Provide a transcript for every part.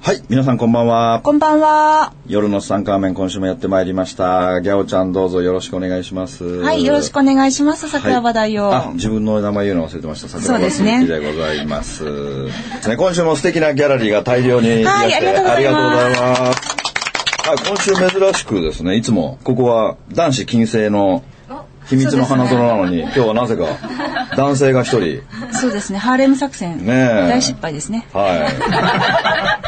はい、皆さんこんばんは。こんばんは。夜のツタンカーメン今週もやってまいりました。ギャオちゃんどうぞよろしくお願いします。はい、よろしくお願いします。桜庭大王、はい、自分の名前言うの忘れてました。桜庭大王でございます。すね、今週も素敵なギャラリーが大量にいらしてありがとうございます。はい、今週珍しくですね、いつもここは男子禁制の秘密の花園なのに、ね、今日はなぜか男性が一人そうですねハーレム作戦ね大失敗ですねは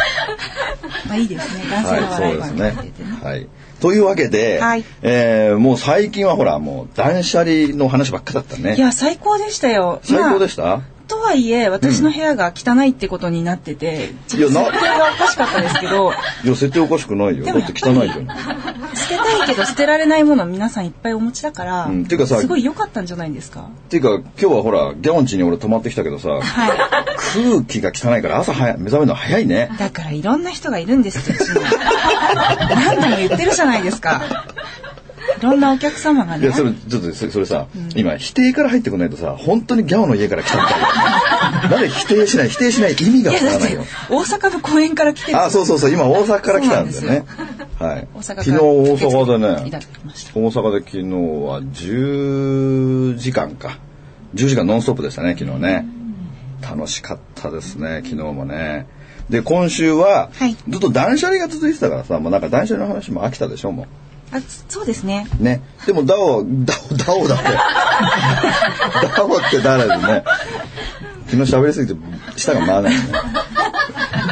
いまあいいですね男性の笑い声、ね、はい、そうですねはいというわけで、はい、えー、もう最近はほらもう断捨離の話ばっかだったねいや最高でしたよ最高でした、まあとはいえ私の部屋が汚いってことになってて、うん、いやな設定がおかしかったですけどいや設定おかしくないよだって汚いじゃん捨てたいけど捨てられないもの皆さんいっぱいお持ちだから、うん、ていうかさすごい良かったんじゃないですかっていうか今日はほらギャオンチに俺泊まってきたけどさ、はい、空気が汚いから朝早目覚めるの早いねだからいろんな人がいるんです って何度も言ってるじゃないですかいろんなお客様がね。いや、それ、ちょっと、それさ、うん、今、否定から入ってこないとさ、本当にギャオの家から来たみたいな。なんで否定しない、否定しない意味がわからないよ。大阪の公園から来てる。あ、そうそうそう、今大阪から来たんですよね。よはい。昨日大阪でね、大阪で昨日は10時間か。10時間ノンストップでしたね、昨日ね。楽しかったですね、昨日もね。で、今週は、はい、ずっと断捨離が続いてたからさ、もうなんか断捨離の話も飽きたでしょ、もう。あそうですね。ね。でもダオ、ダオ、ダオだって。ダオって誰でね。昨日喋りすぎて舌が回らない、ね。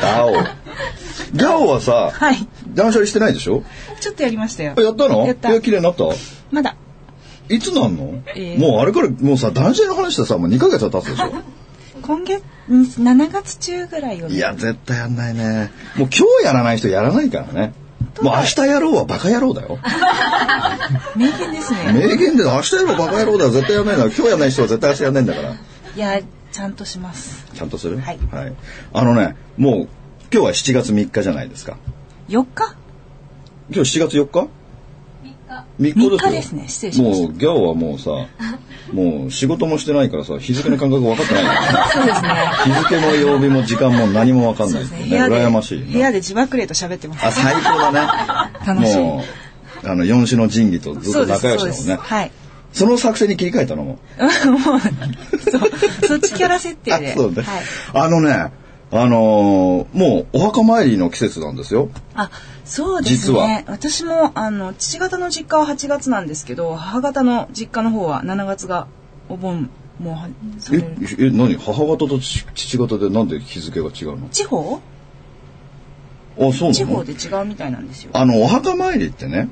ダオ。ダオはさ、はい、断捨離してないでしょちょっとやりましたよ。やったのやった。綺麗になったまだ。いつなんの、えー、もうあれから、もうさ、断捨離の話ってさ、もう2ヶ月は経つ でしょ今月、7月中ぐらいよ、ね、いや、絶対やんないね。もう今日やらない人やらないからね。もう明日やろうはバカ野 郎だよ。名言ですね。名言で明日やろうバカ野郎だよ。絶対やらないだろ。今日やらない人は絶対明日やらないんだから。いや、ちゃんとします。ちゃんとする、はい、はい。あのね、もう今日は7月3日じゃないですか。 4日 今日7月4日 ?3 日3日ですね。失礼しまもうギャオはもうさ、もう仕事もしてないからさ、日付の感覚分かってない、ね、そうですね。日付も曜日も時間も何も分かんないね、ね、羨ましい、ね、部屋で字爆霊と喋ってます。あ、最高だね。 楽しい。もう、あの、四種の神器とずっと仲良しだもんね。はい。 その作戦に切り替えたのも。もう、そ、そっちキャラ設定で。あそうね、はい。あのね、あのー、もうお墓参りの季節なんですよ。あ、そうですね。私もあの父方の実家は8月なんですけど、母方の実家の方は7月がお盆もうええ何母方と父方でなんで日付が違うの？地方？あ、そう地方で違うみたいなんですよ。あのお墓参りってね、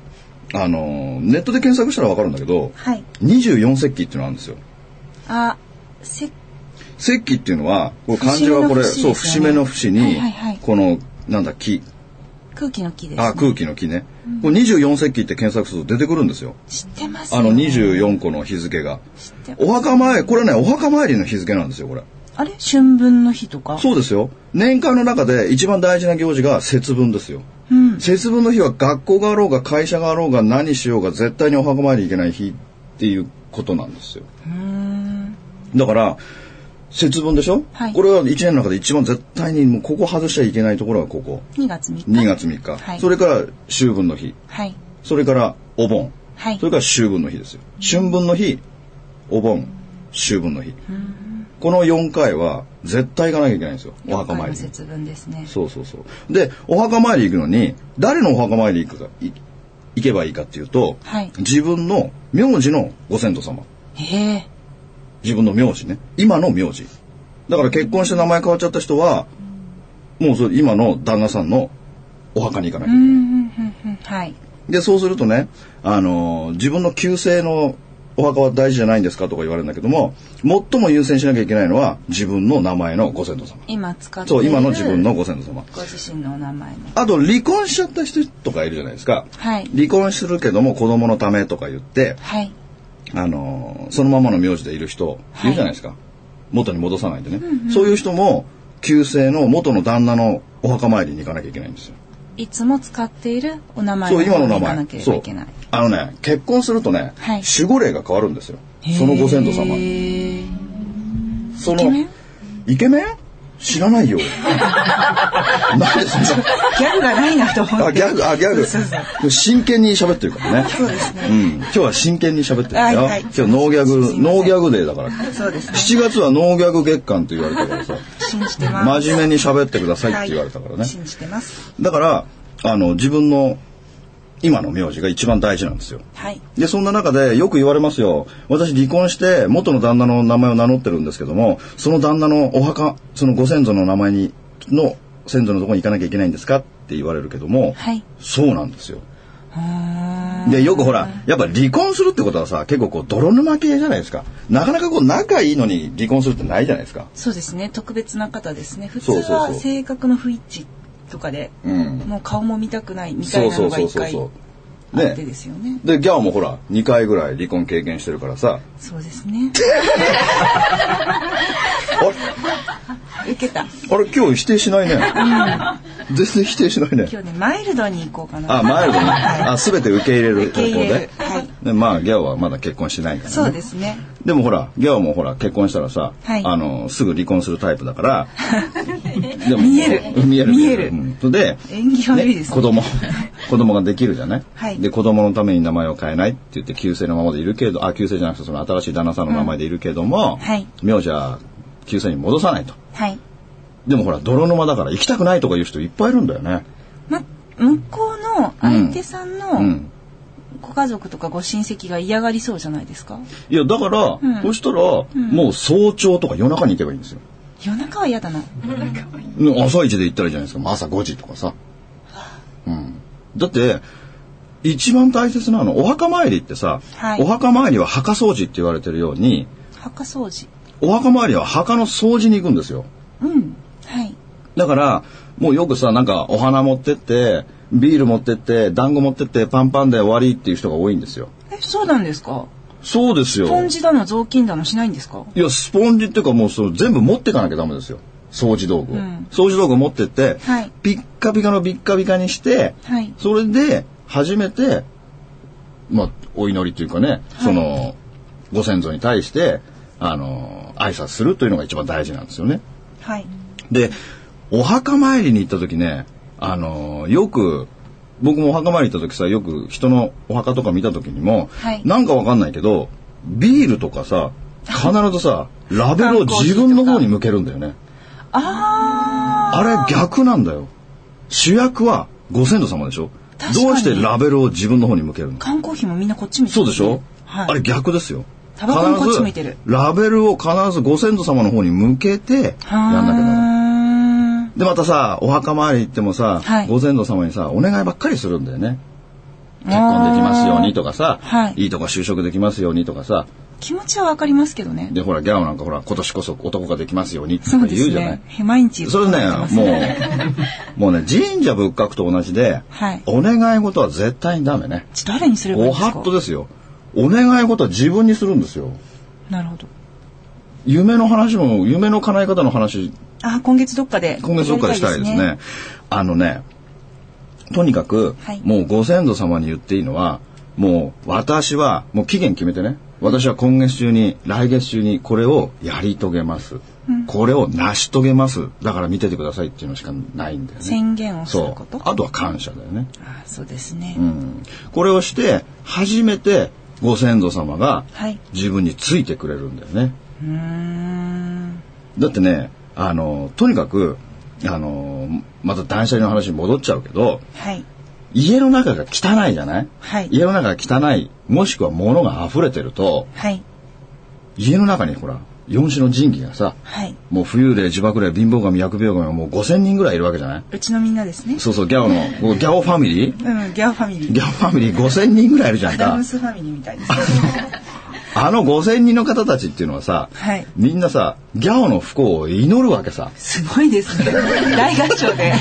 あのネットで検索したらわかるんだけど、はい、 24節気っていうのあるんですよ。あ、節石器っていうのはこれ漢字はこれ、ね、そう節目の節に、はいはい、このなんだ木空気の木です、ね、あ空気の木ね、うん、これ24節気って検索すると出てくるんですよ知ってます、ね、あの24個の日付がお墓参りこれねお墓参りの日付なんですよこれあれ春分の日とかそうですよ年間の中で一番大事な行事が節分ですよ、うん、節分の日は学校があろうが会社があろうが何しようが絶対にお墓参り行けない日っていうことなんですよだから節分でしょ、はい、これは1年の中で一番絶対にもうここ外しちゃいけないところがここ2月3日2月3日、はい、それから秋分の日、はい、それからお盆、はい、それから秋分の日ですよ春分の日お盆秋分の日この4回は絶対行かなきゃいけないんですよお墓参り節分ですねそうそうそうでお墓参り行くのに誰のお墓参り行くか行けばいいかっていうと、はい、自分の名字のご先祖様へえ自分の名字ね今の名字だから結婚して名前変わっちゃった人は、うん、もうそれ今の旦那さんのお墓に行かなきゃいけない、はい、でそうするとね、あのー、自分の旧姓のお墓は大事じゃないんですかとか言われるんだけども最も優先しなきゃいけないのは自分の名前のご先祖様今使ってそう今の自分のご先祖様ご自身のお名前のあと離婚しちゃった人とかいるじゃないですか、はい離婚するけども子供のためとか言ってはいあのーそのままの名字でいる人いるじゃないですか、元に戻さないでね、そういう人も旧姓の元の旦那のお墓参りに行かなきゃいけないんですよいつも使っているお名前そう今の行名かな前ければそいうけないあのね結婚するとね、はい守護霊が変わるんですよそのご先祖様へーそのイケメンイケメン知らないよ なんでそんなギャグがないなと思あって。ギャグあギャグ真剣に喋ってるからねそうですね、ん、今日は真剣に喋ってるよ、はいはい今日ノーギャグノーギャグデーだからそうですね。 7月はノーギャグ月間って言われたからさ信じてます。真面目に喋ってくださいって言われたからね、信じてます。だからあの自分の今の名字が一番大事なんですよはい。でそんな中でよく言われますよ私離婚して元の旦那の名前を名乗ってるんですけどもその旦那のお墓そのご先祖の名前にの先祖のところに行かなきゃいけないんですかって言われるけども、はいそうなんですよでよくほらやっぱ離婚するってことはさ結構こう泥沼系じゃないですかなかなかこう仲いいのに離婚するってないじゃないですかそうですね特別な方ですね普通そうそうそうは性格の不一致とかでうんもう顔も見たくないみたそいうなそのうがそう一そう回そあうっねてですよねでギャオもほら2回ぐらい離婚経験してるからさそうですね あれ受けたあれ今日否定しないね。全然否定しないね。今日ねマイルドに行こうかなあ、マイルドね。あ、すべて受け入れる受方け向入れるで。はいで、まあギャオはまだ結婚してないから、ね。そうですねでもほら、ギャオもほら結婚したらさ、はいあのすぐ離婚するタイプ だから。でも見える見える。見えるうんそれで、縁起悪いですね 子供、子供ができるじゃない。はいで、子供のために名前を変えないって言って旧姓のままでいるけれど、あ、旧姓じゃなくてその新しい旦那さんの名前でいるけれども、はい名字は旧姓に戻さないと。はいでもほら泥沼だから行きたくないとかいう人いっぱいいるんだよね。ま向こうの相手さんうのん。ご家族とかご親戚が嫌がりそうじゃないですかいやだから、んそしたら、もう早朝とか夜中に行けばいいんですよ。夜中は嫌だなね朝一で行ったらいいじゃないですか。まあ朝5時とかさ。うん。だって一番大切なのお墓参りってさ、はいお墓参りは墓掃除って言われてるように墓掃除お墓参りは墓の掃除に行くんですよ。うんはいだからもうよくさなんかお花持ってってビール持ってって団子持ってってパンパンで終わりっていう人が多いんですよ。えそうなんですかそうですよ。ポンジだの雑巾だのしないんですかいや、スポンジっていうかもうその全部持ってかなきゃダメですよ。掃除道具を。うん掃除道具を持ってって、はいピッカピカのピッカピカにして、はいそれで初めて、まあ、お祈りというかね、その、ご先祖に対して、あの、挨拶するというのが一番大事なんですよね。はいで、お墓参りに行った時ね、あの、よく、僕もお墓参り行った時さ、よく人のお墓とか見た時にも、はいなんかわかんないけど、ビールとかさ、必ずさ、ラベル缶をコーヒ自ーとか分の方に向けるんだよね。ああれ逆なんだよ。主役はご先祖様でしょ確かにどうしてラベルを自分の方に向けるのー缶コーヒーもみんなこっち見てそうでしょ、はいあれ逆ですよ。タバコもこっち向いてる必ずラベルを必ずご先祖様の方に向けて、やんなきゃダメ。なでまたさお墓参り行ってもさ、はいご先祖様にさお願いばっかりするんだよね結婚できますようにとかさ、はいいとこ就職できますようにとかさ気持ちはわかりますけどねでほらギャオなんかほら今年こそ男ができますようにとか言うじゃないへ毎日それね言ってますもうも うね神社仏閣と同じで、はいお願い事は絶対にダメねちょ誰にすればいいんおですかはっとですよお願い事は自分にするんですよなるほど夢の話も夢の叶え方の話あー今月どっかで今月どっかでしたいですねやりあのねとにかく、はいもうご先祖様に言っていいのはもう私はもう期限決めてね私は今月中に来月中にこれをやり遂げます、これを成し遂げますだから見ててくださいっていうのしかないんだよね宣言をするそことうあとは感謝だよね、たいですねあーそうですね、うん、これをして初めてご先祖様がはい自分についてくれるんだよね、うーんだってねあのとにかくあのまた断捨離の話に戻っちゃうけどはい家の中が汚いじゃない、はい家の中が汚いもしくは物が溢れてるとはい家の中にほら四種の神器がさはいもう浮遊霊自爆霊貧乏神疫病神がもう5,000人ぐらいいるわけじゃないうちのみんなですねそうそうギャオのこうギャオファミリーうんギャオファミリーギャオファミリー5,000人ぐらいいるじゃんアダかムスファミリーみたいですね あの5,000人の方たちっていうのはさ、はい、みんなさギャオの不幸を祈るわけさすごいです ね大合唱で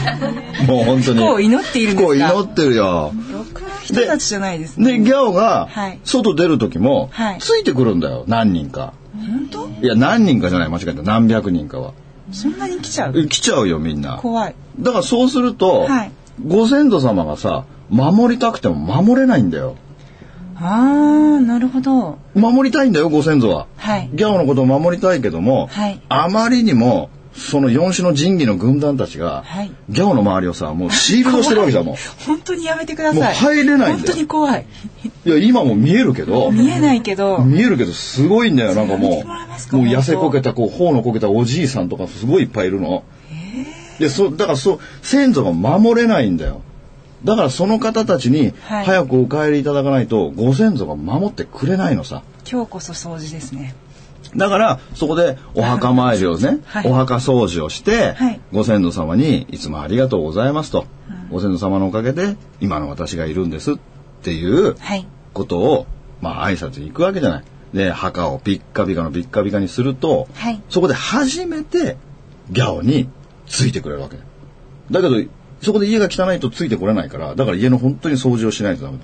もう本当に不幸を祈っているんですか不幸を祈ってるよろくな人たちじゃないですねでギャオがはい外出る時も、はいついてくるんだよ何人か本当いや何人かじゃない間違えた何百人かはそんなに来ちゃうえ来ちゃうよみんな怖いだからそうすると、はいご先祖様がさ守りたくても守れないんだよああなるほど守りたいんだよご先祖ははいギャオのことを守りたいけども、はいあまりにもその四種の神器の軍団たちが、はいギャオの周りをさもうシールドしてるわけじゃんも本当にやめてくださいもう入れないんだよ本当に怖いういや今もう見えるけど見えないけど見えるけどすごいんだよなんかそれ見もてもらえますうかもう痩せこけたこう頬のこけたおじいさんとかすごいいっぱいいるの。でそだからそう先祖が守れないんだよ。だからその方たちにはい早くお帰りいただかないとご先祖が守ってくれないのさ。今日こそ掃除ですねだからそこでお墓参りをね、 はいお墓掃除をして、はいご先祖様にいつもありがとうございますと、ご先祖様のおかげで今の私がいるんですっていうはいことを、まあ、挨拶に行くわけじゃない。で、墓をピッカピカのピッカピカにすると、はいそこで初めてギャオについてくれるわけだ。だけど、そこで家が汚いとついてこれないから、だから家の本当に掃除をしないとダメだ。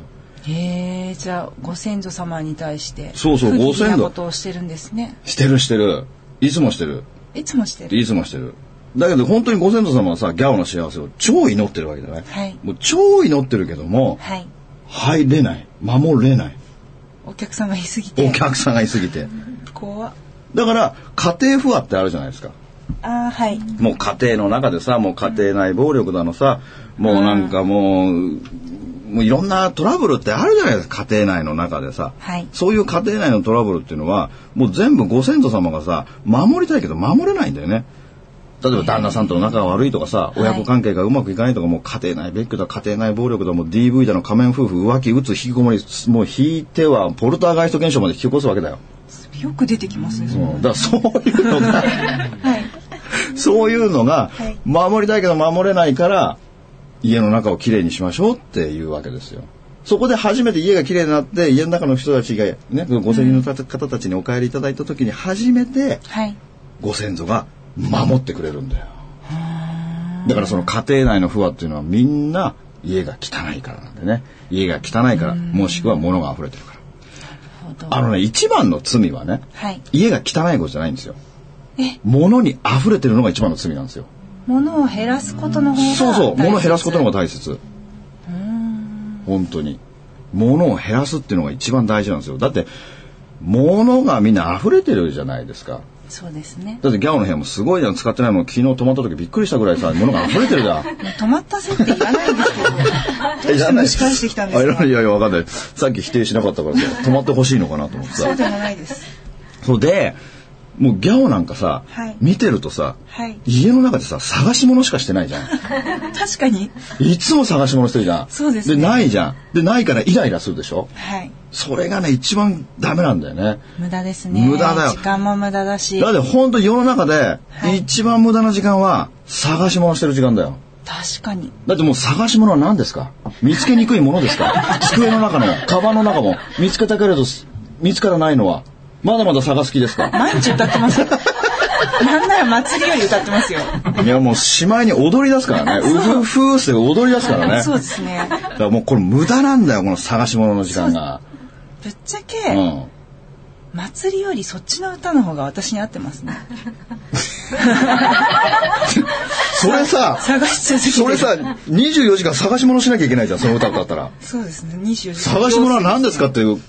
へえじゃあご先祖様に対してそうそう不義ご先祖なことをしてるんですねしてるしてる。いつもしてる。いつもしてるいつもしてる。だけど本当にご先祖様はさ、ギャオの幸せを超祈ってるわけじゃない。はいもう超祈ってるけども、はい入れない。守れない。お客さんがいすぎてお客さんがいすぎて。怖っだから、家庭不和ってあるじゃないですか。あーはいもう家庭の中でさもう家庭内暴力だのさもうなんかもう,、もういろんなトラブルってあるじゃないですか家庭内の中でさ、はいそういう家庭内のトラブルっていうのはもう全部ご先祖様がさ守りたいけど守れないんだよね。例えば旦那さんとの仲が悪いとかさ、い親子関係がうまくいかないとか、もう家庭内別居だ家庭内暴力だもう DV だの仮面夫婦浮気打つ引きこもりもう引いてはポルターガイスト現象まで引き起こすわけだよ。よく出てきますねそれうんだからそういうのが、そういうのがはい守りたいけど守れないから家の中をきれいにしましょうっていうわけですよ。そこで初めて家がきれいになって家の中の人たちがね5,000人の方たちにお帰りいただいた時に初めてはいご先祖が守ってくれるんだよ。だからその家庭内の不和っていうのはみんな家が汚いからなんでね家が汚いからもしくは物が溢れてるから。ほどあのね一番の罪はね、はい家が汚いことじゃないんですよえ。物に溢れてるのが一番の罪なんですよ。物を減らすことの方がそうそう、物を減らすことのが方が大切。本当に。物を減らすっていうのが一番大事なんですよ。だって、物がみんな溢れてるじゃないですか。そうですねだってギャオの部屋もすごいじゃん、使ってないもの、昨日泊まった時びっくりしたぐらいさ、物が溢れてるじゃ ん。止まったせって言わないんですけど どうえしじゃてない蒸し返してきたんであいすやかいやいや、わかんない。さっき否定しなかったからさ、泊まってほしいのかなと思ってそさう。でもないですそうで、もうギャオなんかさ、はい見てるとさ、はい家の中でさ、探し物しかしてないじゃん。確かにいつも探し物してるじゃん。そうですねないじゃん。で、ないからイライラするでしょはいそれがね、一番ダメなんだよね。無駄ですね無駄だよ時間も無駄だしだってほんと世の中ではい一番無駄な時間は探し物してる時間だよ。確かにだってもう探し物は何ですか見つけにくいもので すか机の中の、カバンの中も見つけたけれどす見つからないのはまだまだ探す気ですか毎日歌ってます よなんなら祭りより歌ってますよいやもうしまいに踊り出 すからね。うずふーして踊り出すからね。そうですねだからもうこれ無駄なんだよ、この探し物の時間が。ぶっちゃうけ、ん。祭りよりそっちの歌の方が私に合って ますねそれさ、探し続けてるそれさ、24時間探し物しなきゃいけないじゃん、その歌だっ たら。そうですね24時間探し物は何ですかって語り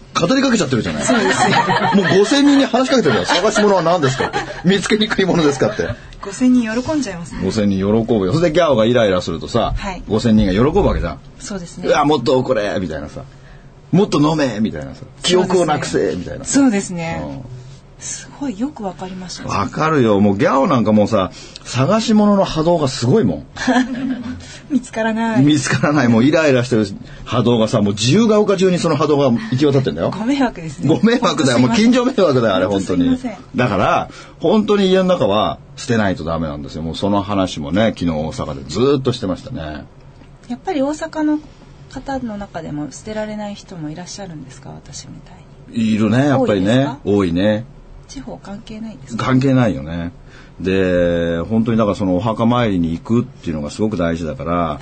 かけちゃってるじゃない。そうですねもう5000人に話しかけてるじゃん。探し物は何ですかって。見つけにくいものですかって。 5000人喜んじゃいますね5000人喜ぶよ。それでギャオがイライラするとさ、はい5000人が喜ぶわけじゃん。そうですうねわ、もっと怒れみたいなさ。もっと飲めみたいなさ。記憶をなくせみたいなさ。そうですねうんすごいよくわかりましたわかるよ。もうギャオなんかもうさ、探し物の波動がすごいもん。見つからない見つからない、もうイライラしてる波動がさ、もう自由が丘中にその波動が行き渡ってんだよ。ご迷惑ですねご迷惑だよ。もう近所迷惑だよ、あれ、ほん本とす当いまにせん。だから、本当に家の中は捨てないとダメなんですよ。もうその話もね、昨日大阪でずーっとしてましたね。やっぱり大阪の方の中でも捨てられない人もいらっしゃるんですか私みたいにいるねやっぱりね多いね地方関係ないです関係ないよねで本当にだからそのお墓参りに行くっていうのがすごく大事だから、は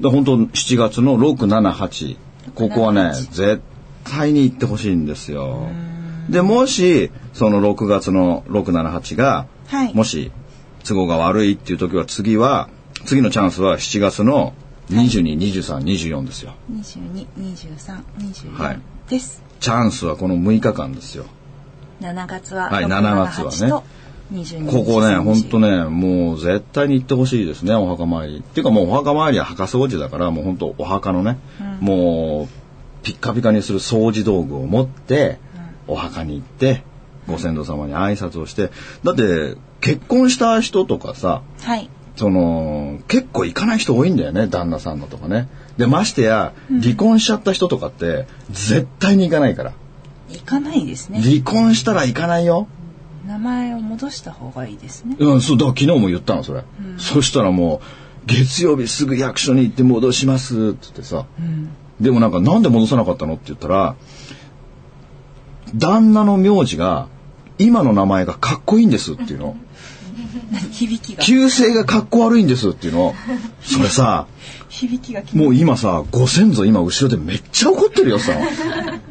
い、で本当7月の678ここはね絶対に行ってほしいんですよでもしその6月の678が、はい、もし都合が悪いっていう時は次は次のチャンスは7月の222324ですよ222324、はい、ですチャンスはこの6日間ですよ7月ははい7月はねここね、ほんとね、もう絶対に行ってほしいですね、お墓参り。っていうかもうお墓参りは墓掃除だから、もうほんとお墓のね、うん、もうピッカピカにする掃除道具を持って、お墓に行って、ご先祖様に挨拶をして、だって結婚した人とかさ、はい、その結構行かない人多いんだよね、旦那さんのとかね。で、ましてや、離婚しちゃった人とかって、絶対に行かないから。行かないですね。離婚したら行かないよ。名前を戻した方がいいですね。うん、そう、だ昨日も言ったの、それ。うん、そしたらもう、月曜日すぐ役所に行って戻しますって言ってさ、うん、でもなんか、なんで戻さなかったのって言ったら、旦那の名字が、今の名前がかっこいいんですっていうの。響きが。旧姓がかっこ悪いんですっていうの。それさ、響きがもう今さ、ご先祖今後ろでめっちゃ怒ってるよさ。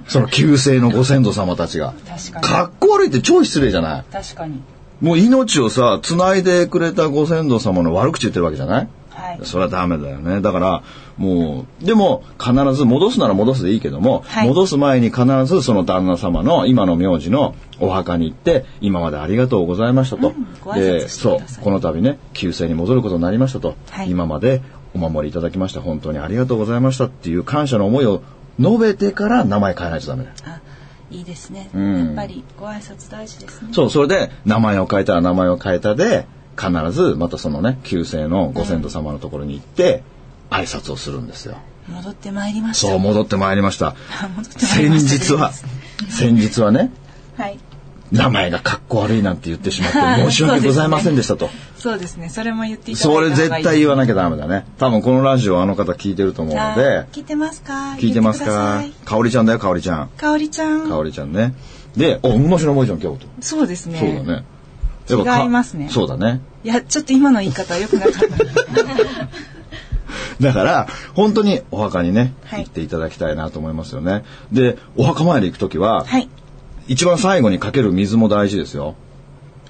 その旧姓のご先祖様たちが。確かっこ悪いって超失礼じゃない確かに。もう命をさ、繋いでくれたご先祖様の悪口言ってるわけじゃないはい、それはダメだよねだからもうでも必ず戻すなら戻すでいいけども、はい、戻す前に必ずその旦那様の今の名字のお墓に行って今までありがとうございましたと、うん、でそうこの度ね旧姓に戻ることになりましたと、はい、今までお守りいただきまして本当にありがとうございましたっていう感謝の思いを述べてから名前変えないとダメだよ。いいですね、うん、やっぱりご挨拶大事ですねそうそれで名前を変えたら名前を変えたで必ずまたそのね旧姓のご先祖様のところに行って挨拶をするんですよ。戻ってまいりました。そう戻ってまいりました。した先日は先日はね、はい、名前がかっこ悪いなんて言ってしまって申し訳ございませんでしたと。そうですね、ね、それも言っていただいたいい。それ絶対言わなきゃダメだね。多分このラジオあの方聞いてると思うので。聞いてますか。聞いてますか。かおりちゃんだよかおりちゃん。かおりちゃん。かおりちゃんね。で、お面白いもんじゃん今日と。そうですね。そうだね。違いますね。そうだね。いや、ちょっと今の言い方は良くなかった。 だから、本当にお墓にね、、はい行っていただきたいなと思いますよね。で、お墓参り行く時は、はい、一番最後にかける水も大事ですよ。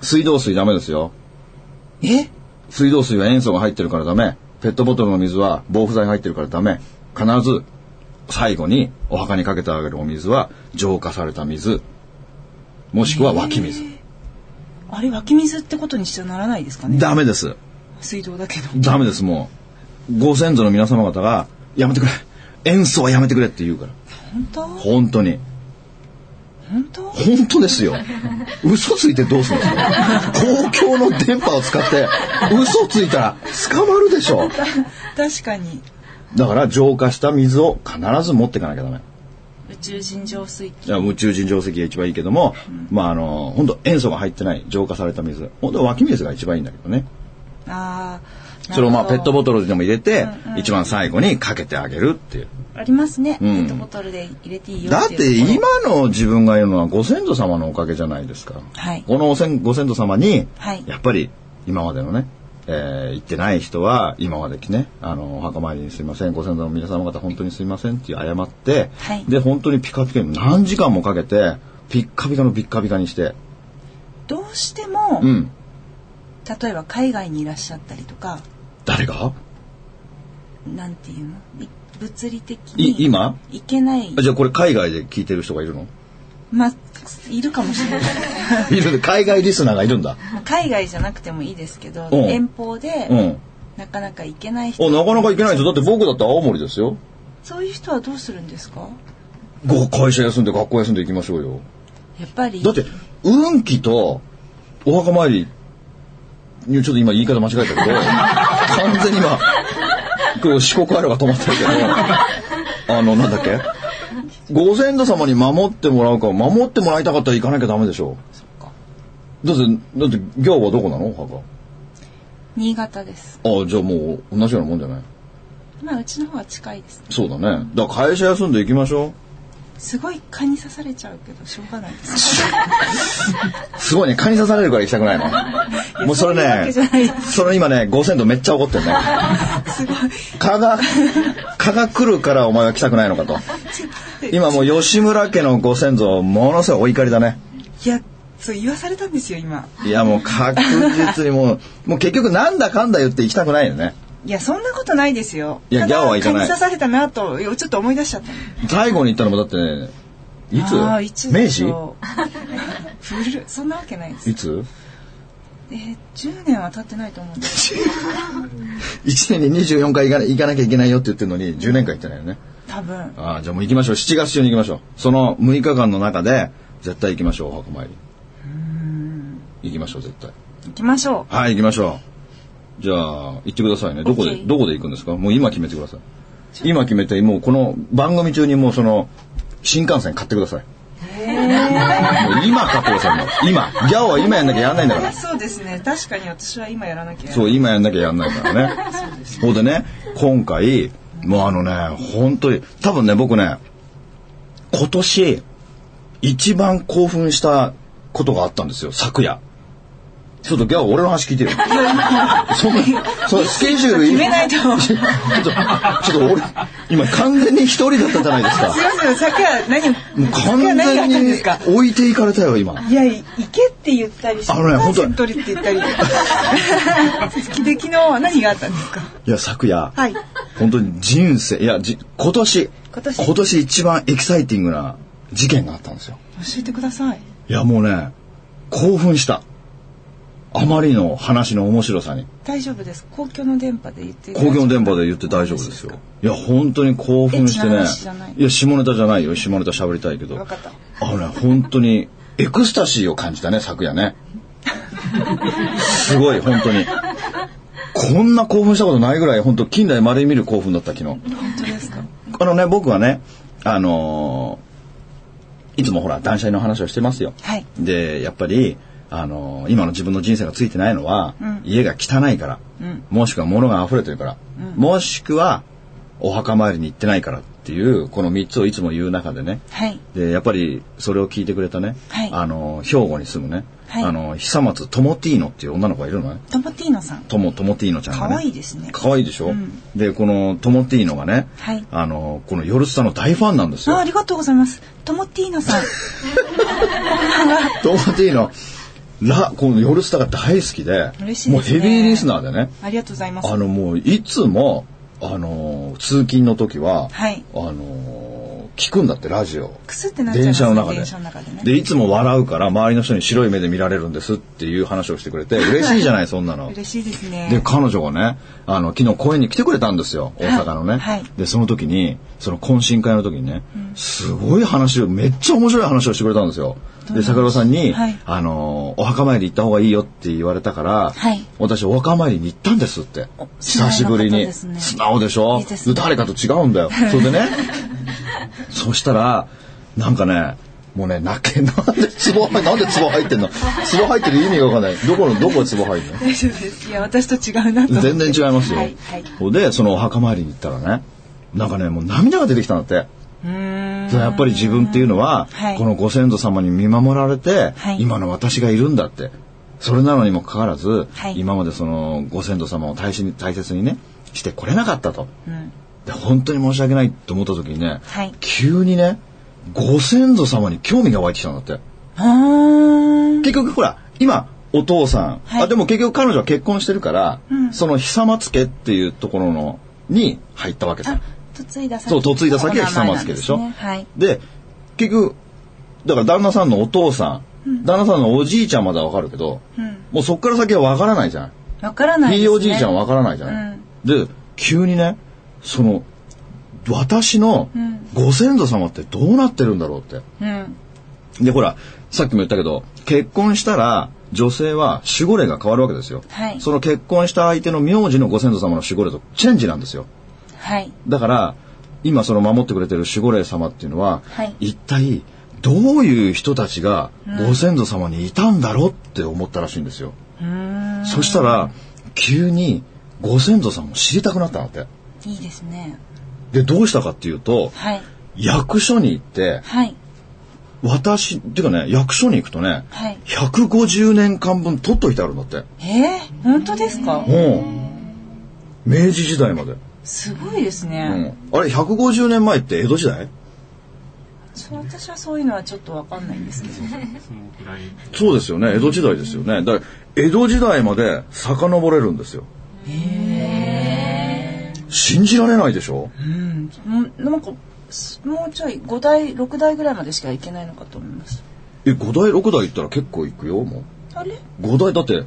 水道水ダメですよ。え水道水は塩素が入ってるからダメ。ペットボトルの水は防腐剤が入ってるからダメ。必ず、最後にお墓にかけてあげるお水は浄化された水、もしくは湧き水。えーあれ湧き水ってことにしちゃならないですかね。ダメです。水道だけど。ダメですもう。ご先祖の皆様方がやめてくれ。塩素はやめてくれって言うから。本当？本当に。本当？ 本当ですよ。嘘ついてどうするんですか。公共の電波を使って嘘ついたら捕まるでしょ。確かに。だから浄化した水を必ず持っていかなきゃダメ。宇宙人浄水器宇宙人浄水器が一番いいけども、うん、まああの本当塩素が入ってない浄化された水本当湧き水が一番いいんだけどねああそれをまあペットボトルでも入れて、うんうん、一番最後にかけてあげるっていうありますね、うん、ペットボトルで入れていいよだって今の自分がいるのはご先祖様のおかげじゃないですか、はい、このご先祖様に、はい、やっぱり今までのねえー、行ってない人は今まで来ねあのお墓参りにすいませんご先祖の皆様方本当にすいませんっていう謝って、はい、で本当にピカピカに何時間もかけてピッカピカのピッカピカにしてどうしても、うん、例えば海外にいらっしゃったりとか誰がなんていうの物理的に今行けないじゃあこれ海外で聞いてる人がい るのまあいるかもし れない。いる海外リスナーがいるんだ。海外じゃなくてもいいですけど、うん、遠方で、うん、なかなか行けない人。なかなか行けない人、だって僕だって青森ですよ。そういう人はどうするんですか。ご会社休んで学校休んで行きましょうよ。やっぱり。だって運気とお墓参り。ちょっと今言い方間違え たけど、完全に今。今日四国あるが止まってるけど。あのなんだっけ。 ご先祖様に守ってもらうか守ってもらいたかったら行かなきゃダメでしょうだってだって行はどこなの墓新潟ですあじゃあもう同じようなもんじゃないまあうちの方が近いです、ね、そうだねだから会社休んで行きましょうすごい蚊に刺されちゃうけどしょうがないです すごいね蚊に刺されるから行きたくない のもうそれそねういうわけじゃないそれ今ね5セントめっちゃ怒ってるねすごい蚊が蚊が来るからお前は来たくないのかと今もう吉村家のご先祖ものすごいお怒りだねいやそう言わされたんですよ今いやもう確実にもうもう結局なんだかんだ言って行きたくないよねいやそんなことないですよいたやだギャオはいかな蚊にい刺されたなとちょっと思い出しちゃった最後に行ったのもだってねいつあーいつ明でし治ょう古いそんなわけないですいつえー、10年は経ってないと思うんです1年に24回行かな行かなきゃいけないよって言ってるのに10年間行ってないよね多分ああじゃあもう行きましょう7月中に行きましょうその6日間の中で絶対行きましょうお墓参り行きましょう絶対行きましょはい行きましょうじゃあ行ってくださいねどこで OK どこで行くんですかもう今決めてください今決めてもうこの番組中にもうその新幹線買ってくださいもう今買ってくださいもう今ギャオは今やんなきゃやんないんだからうそうですね確かに私は今やらなきゃそう、今やんなきゃやんないからね。そこでね、今回、もうあのね、本当に、多分ね、僕ね、今年、一番興奮したことがあったんですよ、昨夜。ちょっとギャオ、俺の話聞 いてよ。そんな、そのスケジュール決めないとちょっと、ちょっと俺、今完全に一人だったじゃないで すか。すいません昨夜何をもう完昨夜何があ全ったんでにすか置いていかれたよ、今。いやい行けって言ったりあのね新幹線本当取りって言ったり で昨日は何があったんですかいや、昨夜、はい 本当に人生、いや、じ今年、今年一番エキサイティングな事件があったんですよ。教えてくださいいや、もうね、興奮した。あまりの話の面白さに、大丈夫です公共の電波で言って公共の電波で言って大丈夫ですよ。いや、本当に興奮してエッチなね話じゃない、いや、下ネタじゃないよ。下ネタ喋りたいけど分。かったあのね、本当に、エクスタシーを感じたね、昨夜ね。すごい、本当に。こんな興奮したことないぐらい、本当近代まれに見る興奮だった、昨日。本当ですかあのね、僕はね、あのーいつもほら、断捨離の話をしてますよ。はいで、やっぱり、あのー今の自分の人生がついてないのは、家が汚いから、うんもしくは物が溢れてるから、もしくは、お墓参りに行ってないからっていう、この3つをいつも言う中でね、はいで、やっぱり、それを聞いてくれたね、はいあのー兵庫に住むね、はいあのー久松トモティーノっていう女の子がいるのね。トマティーノさんトモ、トモティーノちゃんがね。可愛いですね可愛いでしょ、うんで、このトモティーノがね、はいあの、この夜スタの大ファンなんですあよあ。りがとうございますトモティーノさんトモティーノ、ラ、この夜スタが大好きで、嬉しいですねもうヘビーリスナーでね、ありがとうございますあの、もういつも、あの、通勤の時は、はいあの、聞くんだってラジオ。くすってなっちゃいま電すね車の中で電車の中でねでいつも笑うから周りの人に白い目で見られるんですっていう話をしてくれて嬉しいじゃないそんなの嬉しいですねで彼女がねあの昨日公園に来てくれたんですよ大阪のね、はいでその時にその懇親会の時にね、すごい話をめっちゃ面白い話をしてくれたんですよで桜庭さんに、はいあのお墓参り行った方がいいよって言われたから、はい私お墓参りに行ったんですって久しぶりに素直な方ですね素直でしょいいですね誰かと違う んだよそれでねそしたらなんかねもうね泣けなんでツボ入なんでツボ入ってんのツボ入ってる意味がわかんないどこのどこツボ入るの大丈夫ですいや私と違うなと思って全然違いますよ。はいはいで、そのお墓参りに行ったらね、なんかね、もう涙が出てきたんだって。うーんそれはやっぱり自分っていうのは、はいこのご先祖様に見守られて、はい今の私がいるんだって。それなのにもかかわらず、はい今までそのご先祖様を大切に大切にね、してこれなかったと。うんで本当に申し訳ないと思った時にね、はい急にね、ご先祖様に興味が湧いてきたんだって。あー結局ほら今お父さん、はいあでも結局彼女は結婚してるから、うんその久松家っていうところのに入ったわけあだ。嫁いだ先そう嫁いだ先が久松家でしょお名前なんすねはいで結局だから旦那さんのお父さん、旦那さんのおじいちゃんまだわかるけど、うんもうそっから先はわからないじゃん。わからないですねひいおじいちゃんわからないじゃない、ん。で急にねその私のうんご先祖様ってどうなってるんだろうって。うんで、ほら、さっきも言ったけど、結婚したら、女性は守護霊が変わるわけですよ。はいその結婚した相手の名字のご先祖様の守護霊とチェンジなんですよ。はいだから、今その守ってくれてる守護霊様っていうのは、はい一体、どういう人たちがご先祖様にいたんだろうって思ったらしいんですよ。うーんそしたら、急にご先祖様を知りたくなったんだって。いいですねで、どうしたかっていうと、はい役所に行って、はい。私、っていうかね、役所に行くとね、はい150年間分取っといてあるんだって。えー、本当ですかうん。明治時代まで。すごいですうね。ん。あれ、150年前って江戸時代そう私はそういうのはちょっとわかんないんですけど。そのくらいそうですよね。江戸時代ですよね。だから、江戸時代まで遡れるんですよ。信じられないでしょうん、なんか、すもうちょい、5代、6代ぐらいまでしか行けないのかと思いましえ、5代、6代行ったら結構行くよ、もた。あれう。5代、だって、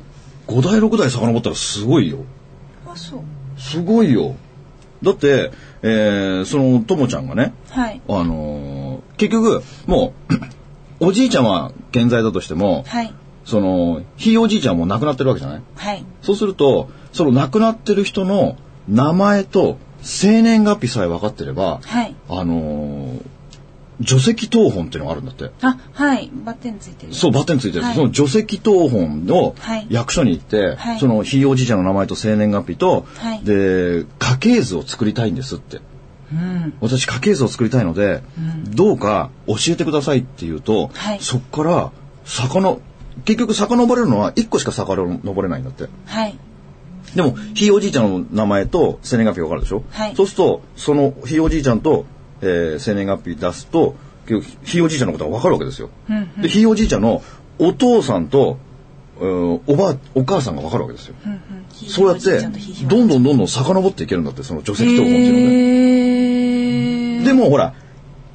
5代、6代遡ったらすごいよ。あ、そう。すごいよ。だって、えーその、ともちゃんがね、はい。あのー結局、もう、お じいちゃんは健在だとしても、はい。その、ひいおじいちゃんはもう亡くなってるわけじゃないはい。そうすると、その亡くなってる人の名前と生年月日さえ分かってれば、はいあのー除籍謄本っていうのがあるんだって。あ、はい。バッテンついてる。そう、バッテンついてる。はいその除籍謄本のはい役所に行って、はいそのひいおじいちゃんの名前と生年月日と、はいで、家系図を作りたいんですって。うん。私家系図を作りたいので、どうか教えてくださいって言うと、はいそこから遡結局遡れるのは1個しか遡れないんだってはい。でもひいおじいちゃんの名前と生年月日わかるでしょ、はいそうするとそのひいおじいちゃんと、えー生年月日出すと結局ひいおじいちゃんのことがわかるわけですよ、うんでひいおじいちゃんのお父さんと、うんおばあお母さんがわかるわけですよ、うんうん。ひいそうやっおじいてちゃんとひいひいどんどんどんどん遡っていけるんだってその除籍謄本っていうので。へーでもほら、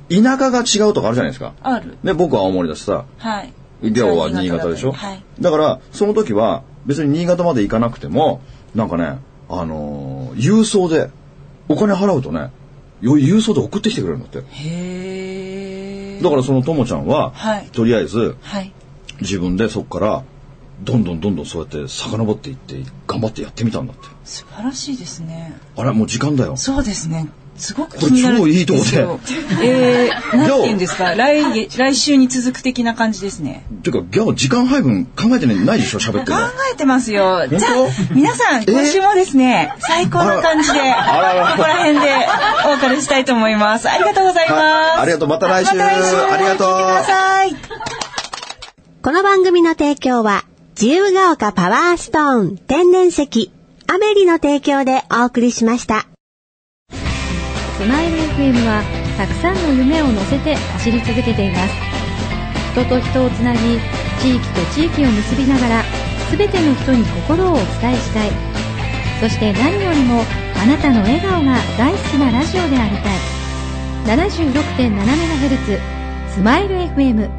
田舎が違うとかあるじゃないですか。ある。ね、僕は青森だしさ、はい。りょうは新潟でしょ、はい。だから、その時は別に新潟まで行かなくても、なんかね、あのー郵送で、お金払うとね、よ郵送で送ってきてくれるんだって。へーだからそのともちゃんは、はいとりあえずはい。自分でそこから、どんどんどんどんそうやって遡っていって、頑張ってやってみたんだって。素晴らしいですね。あれ、もう時間だよ。そうですね。すごくこれ気になるんですよ。超えー、なんて言うんですか。来月、来週に続く的な感じですね。ていうか、ギャオ時間配分考えてないでしょ、喋ってる考の。えてますよ。じ当ゃあ、皆さん、今週もですね、最高な感じで、ここあららら辺でお別れしたいと思います。ありがとうございます。ありがとうまた来週また来週。あり聞いてがとうください。この番組の提供は、自由が丘パワーストーン天然石、アメリの提供でお送りしました。スマイル FM はたくさんの夢を乗せて走り続けています人と人をつなぎ地域と地域を結びながら全ての人に心をお伝えしたいそして何よりもあなたの笑顔が大好きなラジオでありたい 76.7MHz スマイル FM